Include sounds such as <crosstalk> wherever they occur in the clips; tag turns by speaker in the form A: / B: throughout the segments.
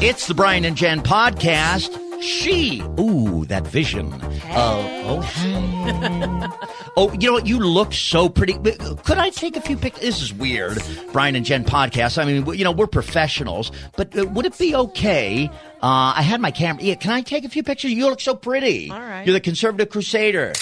A: It's the Brian and Jan podcast. She, ooh, that vision. Uh, oh, hey. oh, you know what? You look so pretty. But Could I take a few pictures? This is weird. Brian and Jen podcast. I mean, you know, we're professionals, but uh, would it be okay? Uh, I had my camera. Yeah, can I take a few pictures? You look so pretty.
B: All right.
A: You're the conservative crusader.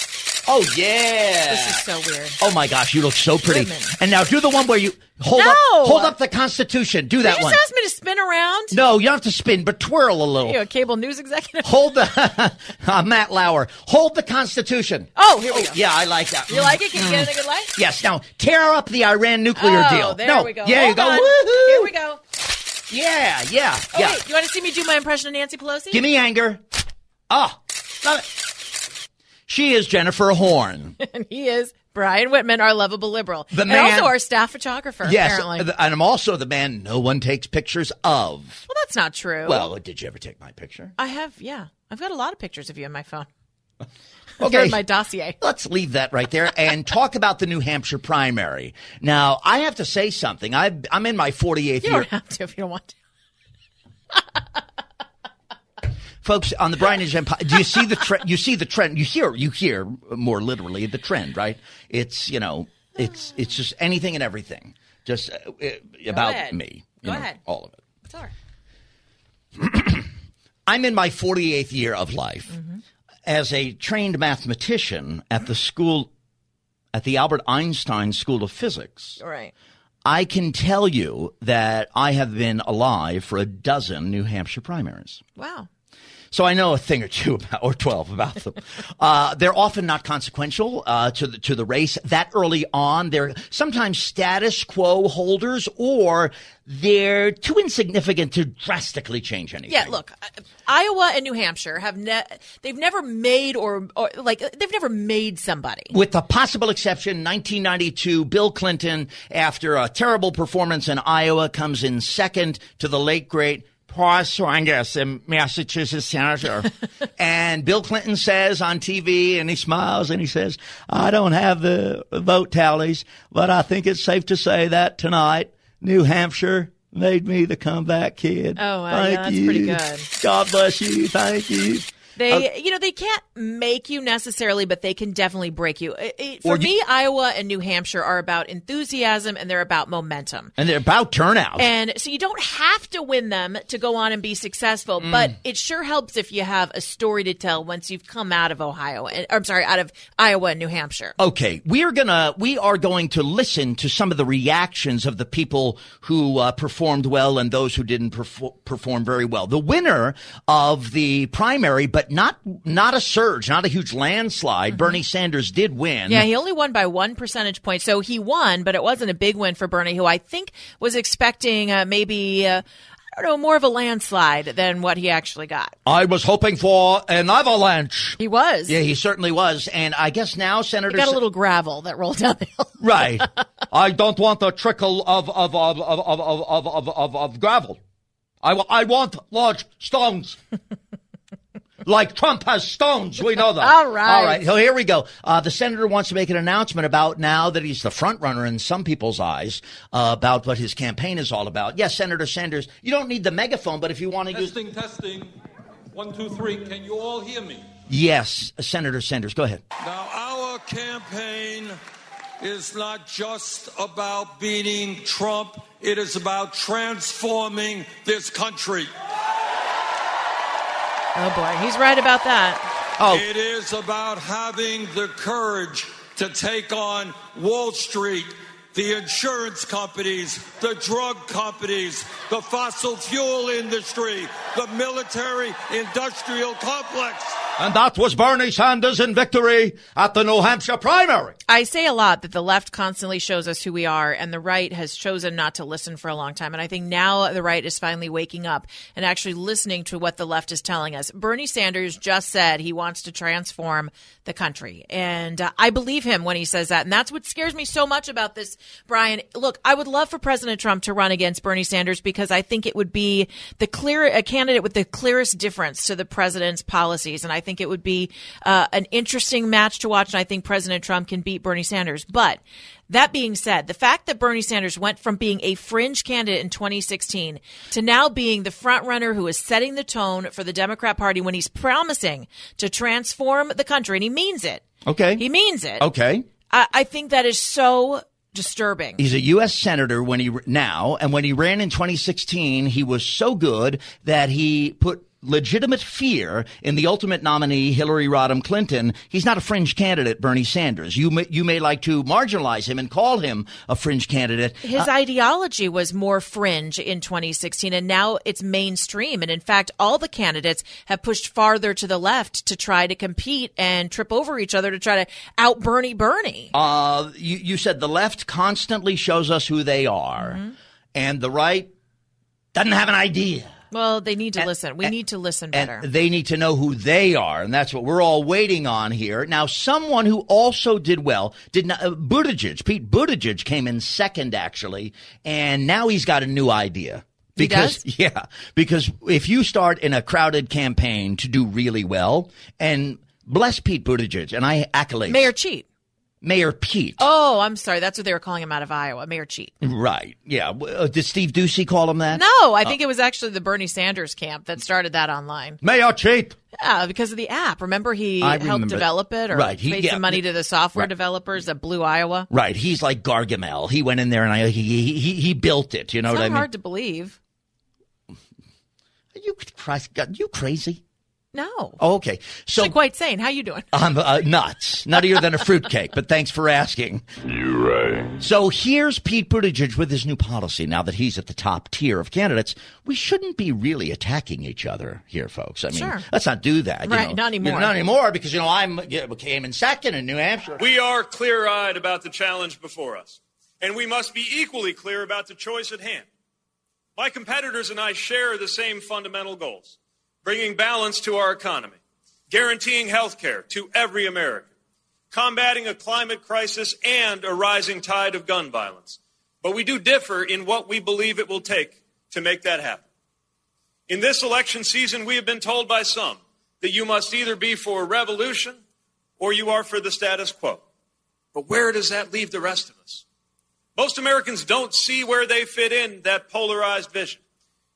A: Oh yeah.
B: This is so weird.
A: Oh my gosh, you look so pretty.
B: Women.
A: And now do the one where you hold up
B: No.
A: hold up the Constitution. Do that
B: you just
A: one.
B: asked me to spin around.
A: No, you don't have to spin, but twirl a little.
B: You a cable news executive?
A: Hold the <laughs> uh, Matt Lauer. Hold the Constitution.
B: Oh, here we go.
A: Yeah, I like that.
B: You like it? Can you get it in a good light?
A: Yes. Now tear up the Iran nuclear
B: oh,
A: deal.
B: there
A: no.
B: we go.
A: Yeah, you
B: Hold
A: go.
B: on.
A: Woohoo!
B: Here we go.
A: Yeah, yeah,
B: Oh,
A: yeah.
B: wait, you want to see me do my impression of Nancy Pelosi?
A: Give me anger. Oh, love it. She is Jennifer
B: <laughs>
A: Horn.
B: and he is Brian Whitman, our lovable liberal,
A: The
B: and
A: man-
B: also our staff photographer.
A: yes,
B: apparently.
A: and I'm also the man no one takes pictures of.
B: well, that's not true.
A: Well, did you ever take my picture?
B: I have. Yeah, I've got a lot of pictures of you on my phone. They're
A: Okay.
B: in my dossier.
A: Let's leave that right there and talk about the New Hampshire primary. Now, I have to say something. I, I'm in my 48th year.
B: You don't have to if you don't want to.
A: Folks, on the Brian and Jen, po- do you see the trend? You see the trend. You hear, you hear more literally the trend, right? It's, you know, it's, it's just anything and everything. Just uh, uh, about
B: ahead.
A: me. you
B: Go
A: know,
B: ahead.
A: All of it.
B: It's all right.
A: I'm in my 48th year of life
B: Mm-hmm.
A: as a trained mathematician at the school, at the Albert Einstein School of Physics.
B: All right.
A: I can tell you that I have been alive for a dozen New Hampshire primaries.
B: Wow.
A: So I know a thing or two <laughs> about, or 12 about
B: <laughs>
A: them. uh, they're often not consequential, uh, to the, to the race that early on. They're sometimes status quo holders or they're too insignificant to drastically change anything.
B: Yeah, look, I- Iowa and New Hampshire have ne- they've never made or, or like they've never made somebody.
A: with the possible exception 1992 bill clinton after a terrible performance in iowa comes in second to the late great paul saunders the massachusetts
B: <laughs>
A: senator and bill clinton says on tv and he smiles and he says i don't have the vote tallies but i think it's safe to say that tonight new hampshire made me the comeback kid
B: Oh, wow.
A: Thank
B: Yeah, that's pretty
A: you.
B: good.
A: god bless you thank you
B: They,
A: Uh,
B: you know, they can't make you necessarily, but they can definitely break you. It- it- for
A: Or you-
B: me, Iowa and New Hampshire are about enthusiasm and they're about momentum.
A: and they're about turnout
B: And so you don't have to win them to go on and be successful,
A: Mm.
B: but it sure helps if you have a story to tell once you've come out of Ohio, and, or I'm sorry, out of Iowa and New Hampshire.
A: Okay, we are gonna we are going to listen to some of the reactions of the people who uh, performed well and those who didn't perfor- perform very well. The winner of the primary, but not not a surge, not a huge landslide. Bernie Sanders did win.
B: Mm-hmm. Yeah, he only won by one percentage point. So he won, but it wasn't a big win for Bernie, who I think was expecting uh, maybe, uh, I don't know, more of a landslide than what he actually got.
A: I was hoping for an avalanche.
B: He was.
A: Yeah, he certainly was, and I guess now Senator
B: He got a
A: Sa-
B: little gravel that rolled down the <laughs> hill.
A: right. I don't want a trickle of of of of of of of of, of gravel. I, w- I want large
B: <laughs>
A: stones. like Trump has stones, we know that.
B: <laughs> All right.
A: All right. So here we go. Uh, the senator wants to make an announcement about now that he's the front runner in some people's eyes uh, about what his campaign is all about. Yes, Senator Sanders, you don't need the megaphone, but if you want to use.
C: Testing, testing. One, two, three. Can you all hear me?
A: Yes, Senator Sanders, go ahead.
C: Now, our campaign is not just about beating Trump, it is about transforming this country.
B: Oh boy, he's right about that.
A: Oh,
C: It is about having the courage to take on Wall Street, the insurance companies, the drug companies, the fossil fuel industry, the military industrial complex.
A: and that was Bernie Sanders in victory at the New Hampshire primary.
B: I say a lot that the left constantly shows us who we are, and the right has chosen not to listen for a long time. And I think now the right is finally waking up and actually listening to what the left is telling us. Bernie Sanders just said he wants to transform the country. And uh, I believe him when he says that. And that's what scares me so much about this, Brian. Look, I would love for President Trump to run against Bernie Sanders because I think it would be the clear, a candidate with the clearest difference to the president's policies. And I think it would be uh, an interesting match to watch, and I think President Trump can beat Bernie Sanders. But that being said, the fact that Bernie Sanders went from being a fringe candidate in 2016 to now being the frontrunner who is setting the tone for the Democrat Party when he's promising to transform the country, and he means it.
A: Okay.
B: He means it.
A: Okay.
B: I, I think that is so disturbing.
A: He's a U.S. senator when he now, and when he ran in 2016, he was so good that he put legitimate fear in the ultimate nominee, Hillary Rodham Clinton. He's not a fringe candidate, Bernie Sanders. You may, you may like to marginalize him and call him a fringe candidate.
B: His ideology was more fringe in 2016, and now it's mainstream. And in fact, all the candidates have pushed farther to the left to try to compete and trip over each other to try to out Bernie Bernie.
A: Uh, you, you said the left constantly shows us who they are, and the right doesn't have an idea.
B: well, they need to listen. We need to listen better.
A: And they need to know who they are, and that's what we're all waiting on here. Now, someone who also did well did not. Uh, Buttigieg, Pete Buttigieg, came in second actually, and now he's got a new idea.
B: He
A: Because
B: does?
A: <laughs> yeah, because if you start in a crowded campaign to do really well, and bless Pete Buttigieg, and I accolade
B: Mayor Cheat.
A: Mayor Pete.
B: Oh, I'm sorry. That's what they were calling him out of Iowa. Mayor Cheat.
A: Mm-hmm. Right? Yeah. W- uh, Did Steve Ducey call him that?
B: No, I think it was actually the Bernie Sanders camp that started that online.
A: Mayor Pete.
B: Yeah, because of the app. Remember, he
A: I
B: helped
A: remember.
B: develop it or
A: Right, he-
B: paid
A: yeah.
B: some money to the software developers that blew Iowa.
A: Right. He's like Gargamel. He went in there and I, he, he, he built it. You know
B: It's
A: what I
B: not
A: mean?
B: hard to believe.
A: Are you Christ, God, you crazy?
B: No.
A: Oh, okay. So
B: Actually, quite sane. How you doing?
A: I'm uh, nuts, nuttier than a fruitcake. But thanks for asking.
D: You right.
A: So here's Pete Buttigieg with his new policy. Now that he's at the top tier of candidates, we shouldn't be really attacking each other here, folks. I mean,
B: Sure.
A: let's not do that. you
B: Right,
A: know.
B: not anymore.
A: Not anymore because you know I'm yeah, came in second in New Hampshire.
E: We are clear eyed about the challenge before us, and we must be equally clear about the choice at hand. My competitors and I share the same fundamental goals bringing balance to our economy, guaranteeing health care to every American, combating a climate crisis and a rising tide of gun violence. But we do differ in what we believe it will take to make that happen. In this election season, we have been told by some that you must either be for revolution or you are for the status quo. But where does that leave the rest of us? Most Americans don't see where they fit in that polarized vision.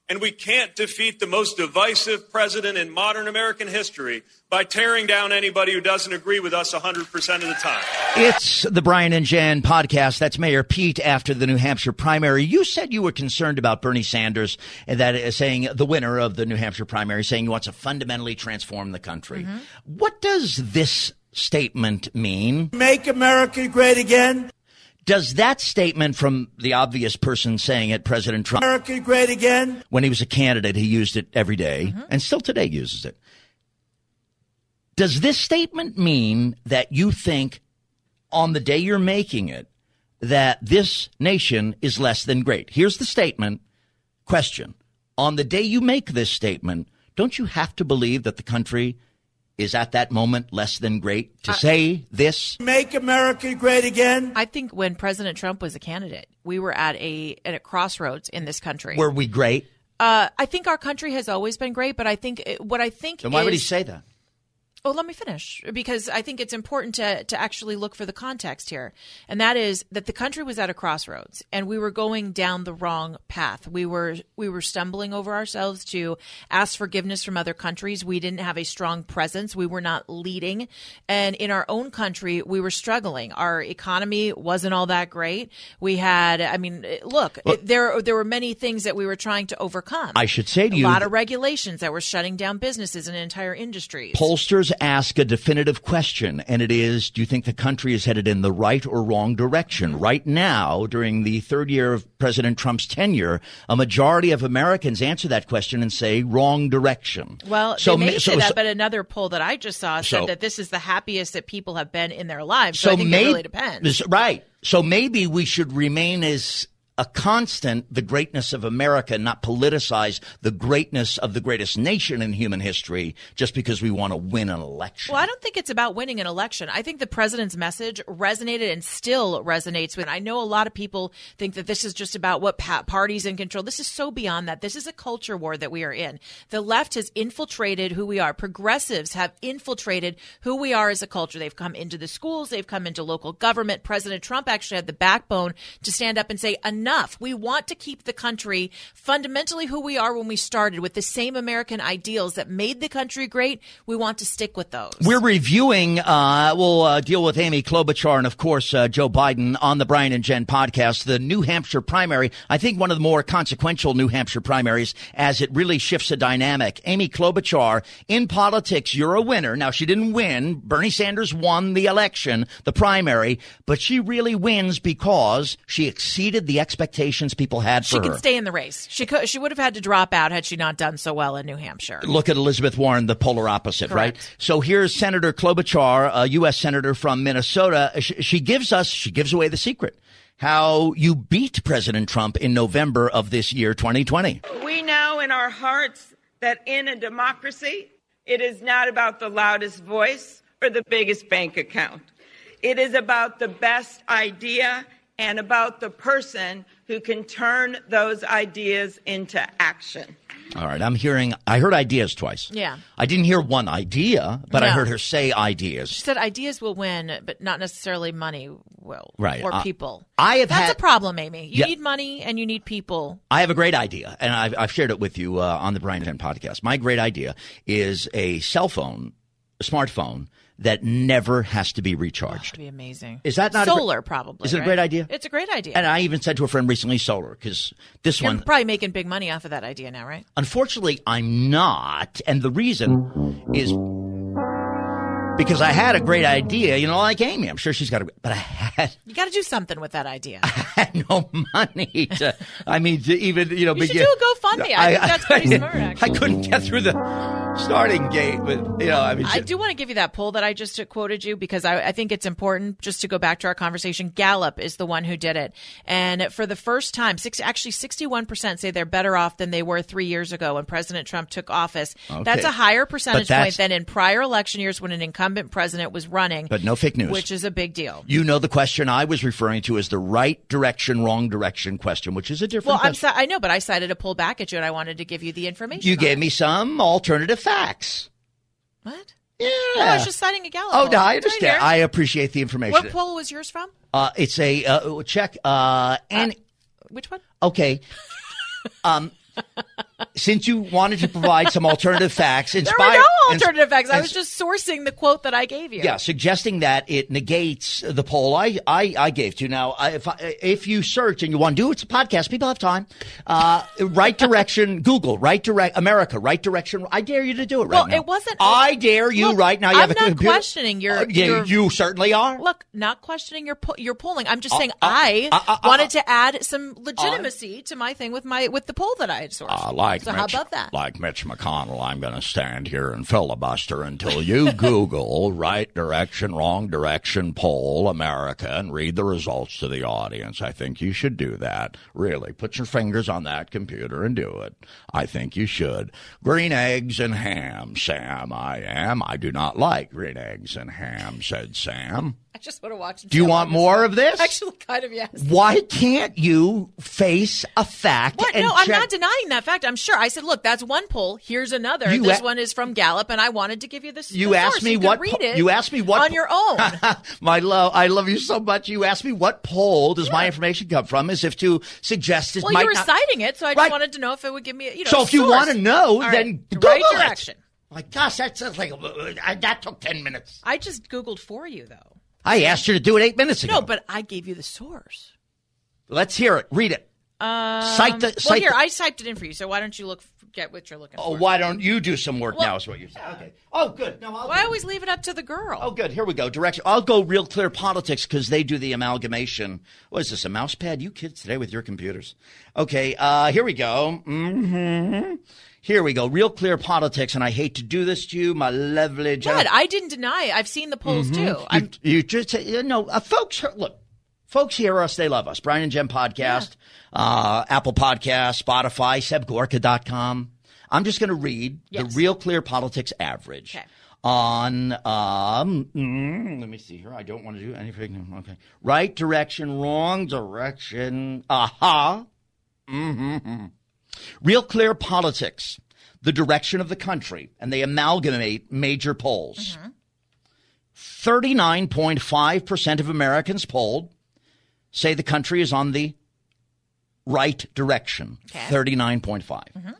E: And we can't defeat the most divisive president in modern American history by tearing down anybody who doesn't agree with us 100% of the time.
A: It's the Brian and Jan podcast. That's Mayor Pete after the New Hampshire primary. You said you were concerned about Bernie Sanders, and that is saying the winner of the New Hampshire primary, saying he wants to fundamentally transform the country. What does this statement mean?
F: Make America great again.
A: Does that statement from the obvious person saying it, President Trump,
F: America great again.
A: when he was a candidate, he used it every day, and still today uses it. Does this statement mean that you think on the day you're making it that this nation is less than great? Here's the statement question. On the day you make this statement, don't you have to believe that the country is at that moment less than great to say this?
F: Make America great again.
B: I think when President Trump was a candidate, we were at a at a crossroads in this country.
A: Were we great?
B: uh, I think our country has always been great, but I think it, what I think
A: Then why would he
B: is-
A: say that?
B: Oh, let me finish because I think it's important to, to actually look for the context here. And that is that the country was at a crossroads and we were going down the wrong path. We were we were stumbling over ourselves to ask forgiveness from other countries. We didn't have a strong presence. We were not leading. And in our own country, we were struggling. Our economy wasn't all that great. We had I mean, eh, look, it- there there were many things that we were trying to overcome.
A: I should say to you
B: a lot of regulations that were shutting down businesses and entire industries.
A: Pollsters ask a definitive question, and it is Do you think the country is headed in the right or wrong direction? Right now, during the third year of President Trump's tenure, a majority of Americans answer that question and say wrong direction.
B: Well,
A: so,
B: they may
A: ma-
B: say
A: so,
B: that,
A: so-
B: but another poll that I just saw said
A: so-
B: that this is the happiest that people have been in their lives. So, I think
A: may-
B: it really depends.
A: this- right. So maybe we should remain as a constant the greatness of America, not politicize the greatness of the greatest nation in human history just because we want to win an election.
B: Well, I don't think it's about winning an election. I think the president's message resonated and still resonates with. I know a lot of people think that this is just about what pa- party's in control. This is so beyond that. This is a culture war that we are in. The left has infiltrated who we are. Progressives have infiltrated who we are as a culture. They've come into the schools. They've come into local government. President Trump actually had the backbone to stand up and say, enough. We want to keep the country fundamentally who we are when we started with the same American ideals that made the country great. We want to stick with those.
A: We're reviewing, uh, we'll uh, deal with Amy Klobuchar and, of course, uh, Joe Biden on the Brian and Jen podcast, the New Hampshire primary. I think one of the more consequential New Hampshire primaries as it really shifts the dynamic. Amy Klobuchar, in politics, you're a winner. Now, she didn't win. Bernie Sanders won the election, the primary, but she really wins because she exceeded the expectations people had
B: she
A: for
B: can
A: her.
B: stay in the race. She could, she would have had to drop out had she not done so well in New Hampshire.
A: look at Elizabeth Warren, the polar opposite, right?
B: Correct.
A: So here's Senator Klobuchar, a U.S. senator from Minnesota. She, she gives us, she gives away the secret. How you beat President Trump in November of this year, 2020.
D: We know in our hearts that in a democracy, it is not about the loudest voice or the biggest bank account. It is about the best idea and about the person who can turn those ideas into action.
A: All right. I'm hearing, I heard ideas twice.
B: Yeah.
A: I didn't hear one idea, but I
B: No.
A: heard her say ideas.
B: She said ideas will win, but not necessarily money will.
A: Right.
B: Or
A: I-
B: people.
A: I have
B: That's
A: had-
B: a problem, Amy. You
A: Yeah.
B: need money and you need people.
A: I have a great idea, and I've, I've shared it with you uh, on the Brian Jen podcast. My great idea is a cell phone, a smartphone that never has to be recharged.
B: That'd be amazing.
A: Is that not a gr-
B: solar? probably.
A: Is it a
B: right?
A: great idea?
B: It's a great idea.
A: And I even said to a friend recently, solar, because this
B: You're
A: one,
B: probably making big money off of that idea now, right?
A: unfortunately, I'm not. And the reason is because I had a great idea, you know, like Amy. I'm sure she's got a, but I had, <laughs>
B: You got to do something with that idea.
A: had no money to, I mean, to even, you know,
B: You should do a GoFundMe. I, think that's pretty
A: couldn't-
B: smart.
A: I <laughs>
B: Actually.
A: couldn't get through the starting gate, but, you know, I mean,
B: I
A: she-
B: do want to give you that poll that I just quoted you because I, I think it's important just to go back to our conversation. Gallup is the one who did it, and for the first time, six actually sixty-one percent say they're better off than they were three years ago when President Trump took office. That's
A: Okay.
B: a higher
A: But
B: percentage
A: that's-
B: point than in prior election years when an incumbent president was running.
A: But no fake news.
B: which is a big deal.
A: you know, the question I was referring to is the right direction, wrong direction question, which is a different
B: Well, I'm
A: question.
B: si- I know, but I cited a poll back at you, and I wanted to give you the information.
A: You
B: on
A: gave
B: it.
A: me some alternative facts.
B: what?
A: Yeah.
B: No, I was just citing a Gallup.
A: Oh
B: poll.
A: no, I
B: Right
A: understand.
B: here.
A: I appreciate the information.
B: what poll was yours from?
A: uh, it's a uh, check. Uh, and
B: Which one?
A: okay, um, since you wanted to provide some alternative facts,
B: There
A: inspired.
B: were no
A: ins-
B: alternative facts. I
A: ins-
B: was just sourcing the quote that I gave you.
A: Yeah, suggesting that it negates the poll I, I, I gave to. Now, I- if I, if you search and you want to do it, it's a podcast. People have time. Uh, right direction, <laughs> Google, right direct, America, right direction. I dare you to do it right
B: Well,
A: now.
B: it wasn't-
A: I dare you
B: Look,
A: right now. You
B: I'm
A: have a
B: not
A: computer.
B: questioning your-
A: Uh, yeah,
B: your-
A: you certainly are.
B: Look, not questioning your po- your polling. I'm just saying
A: uh,
B: I
A: uh, uh, uh,
B: wanted to add some legitimacy to my thing with my with the poll that I had sourced.
A: Uh, like
B: so
A: Mitch,
B: how about that?
A: Like Mitch McConnell, I'm going to stand here and filibuster until you <laughs> Google right direction, wrong direction poll America and read the results to the audience. I think you should do that. Really, put your fingers on that computer and do it. I think you should. Green eggs and ham, Sam. I am. I do not like green eggs and ham," said Sam.
B: I just want to watch.
A: Do you want more of this?
B: Actually, kind of yes.
A: Why can't you face a fact?
B: What?
A: and
B: No, I'm
A: check-
B: not denying that fact. I'm sure. I said, look, that's one poll. Here's another.
A: You
B: this
A: a-
B: one is from Gallup, and I wanted to give you this.
A: You
B: the
A: asked
B: source.
A: me
B: you could
A: what
B: Read
A: po-
B: it
A: you asked me what
B: on
A: po-
B: your
A: <laughs>
B: own.
A: my love, I love you so much. You asked me what poll does my information come from, as if to suggest it
B: well,
A: might
B: you were
A: not-
B: citing it, so I just
A: Right.
B: wanted to know if it would give me. You know,
A: So if you
B: source.
A: want to know,
B: All right.
A: then
B: The
A: Google
B: right
A: it.
B: direction.
A: My gosh, that sounds like I, that took ten minutes.
B: I just googled for you though.
A: I asked you to do it eight minutes ago.
B: No, but I gave you the source.
A: let's hear it. Read it. cite the.
B: Um,
A: Cite
B: well, here
A: the-
B: I typed it in for you. So why don't you look get what you're looking
A: oh,
B: for?
A: why don't you do some work
B: Well-
A: now? Is what you're saying? Okay. Oh, good. No, I'll
B: Well, I
A: do it.
B: always leave it up to the girl.
A: Oh, good. Here we go. Direction. I'll go real clear politics because they do the amalgamation. What is this? A mouse pad? You kids today with your computers. Okay. Uh, here we go. hmm Here we go. Real clear politics. And I hate to do this to you, my lovely.
B: Good.
A: Jen-
B: I didn't deny. It. I've seen the polls too.
A: Mm-hmm. you,
B: I'm,
A: you just you know, uh, folks. Look, Folks hear us, they love us. Brian and Jen podcast, uh, Apple Podcast, Spotify, sebgorka.com. I'm just going to read
B: Yes.
A: the Real Clear Politics average
B: Okay.
A: on, um, mm, let me see here. I don't want to do anything. Okay. Right direction, wrong direction. Aha. Mm-hmm. Real Clear Politics, the direction of the country, and they amalgamate major
B: Mm-hmm.
A: polls. 39.5% of Americans polled say the country is on the right direction.
B: Okay.
A: 39.5.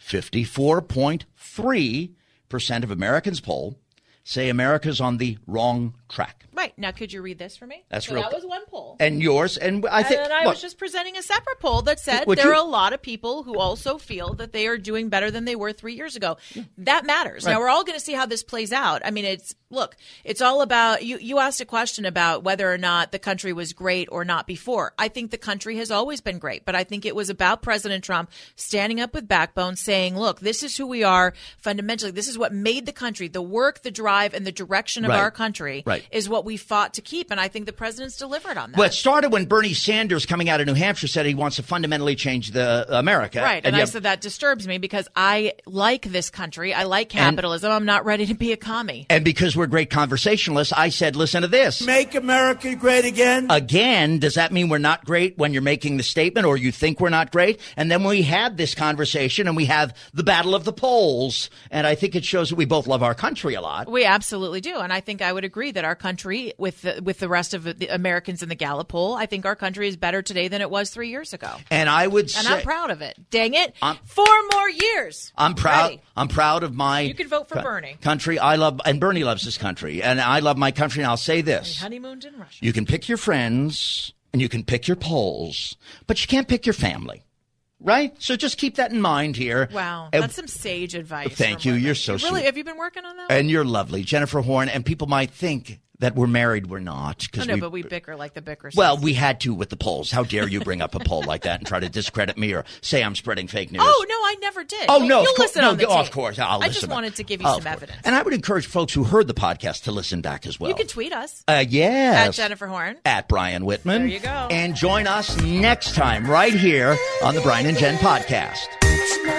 A: 54.3% of Americans polled say America's on the wrong track.
B: Right. Now, could you read this for me?
A: That's
B: so
A: real-
B: That was one poll.
A: And yours, and I
B: And
A: think
B: then I
A: look,
B: was just presenting a separate poll that said
A: Would
B: there
A: you-
B: are a lot of people who also feel that they are doing better than they were three years ago. That matters.
A: Right.
B: Now we're all going to see how this plays out. I mean, it's look, it's all about you. You asked a question about whether or not the country was great or not before. I think the country has always been great, but I think it was about President Trump standing up with backbone, saying, "Look, this is who we are fundamentally. This is what made the country. The work, the drive, and the direction of
A: Right.
B: our country
A: Right.
B: is what we fought to keep." And I think the president's delivered on that.
A: Well, it started when Bernie Sanders, coming out of New Hampshire, said he wants to fundamentally change the America.
B: Right. And, I
A: yet-
B: said that disturbs me because I like this country. I like capitalism. I'm not ready to be a commie.
A: and because we're great conversationalists, I said, listen to this.
F: Make America great again.
A: Again, does that mean we're not great when you're making the statement or you think we're not great? And then we had this conversation and we have the battle of the polls. And I think it shows that we both love our country a lot.
B: We absolutely do, and I think I would agree that our country, with the, with the rest of the Americans in the Gallup poll, I think our country is better today than it was three years ago,
A: And I would
B: and
A: say
B: I'm proud of it. Dang it,
A: I'm-
B: four more years.
A: I'm proud.
B: Ready.
A: I'm proud of my.
B: You can vote for
A: co-
B: Bernie.
A: Country, I love, and Bernie loves his country, and I love my country. And I'll say this:
B: Honeymooned in Russia.
A: You can pick your friends and you can pick your polls, but you can't pick your family, right? So just keep that in mind here.
B: Wow,
A: And,
B: that's some sage advice.
A: Thank
B: from
A: you.
B: women.
A: You're so
B: really.
A: sweet.
B: Have you been working on that?
A: and you're lovely, Jennifer Horn. And people might think that we're married. We're not.
B: oh,
A: Because
B: no, but we bicker like the bicker.
A: Well,
B: says.
A: we had to with the polls. How dare you bring up a poll like that and try to discredit me or say I'm spreading fake news?
B: Oh no, I never did.
A: Oh
B: You-
A: no!
B: you
A: of cour-
B: listen
A: no,
B: on the
A: oh, of
B: tape.
A: course. I'll
B: I
A: listen
B: just
A: back.
B: wanted to give you
A: Oh, of
B: some
A: course.
B: evidence.
A: and I would encourage folks who heard the podcast to listen back as well.
B: You can tweet us
A: uh, yes,
B: at Jennifer Horn.
A: at Brian Whitman.
B: There you go.
A: And join us next time right here on the Brian and Jen podcast.
G: Now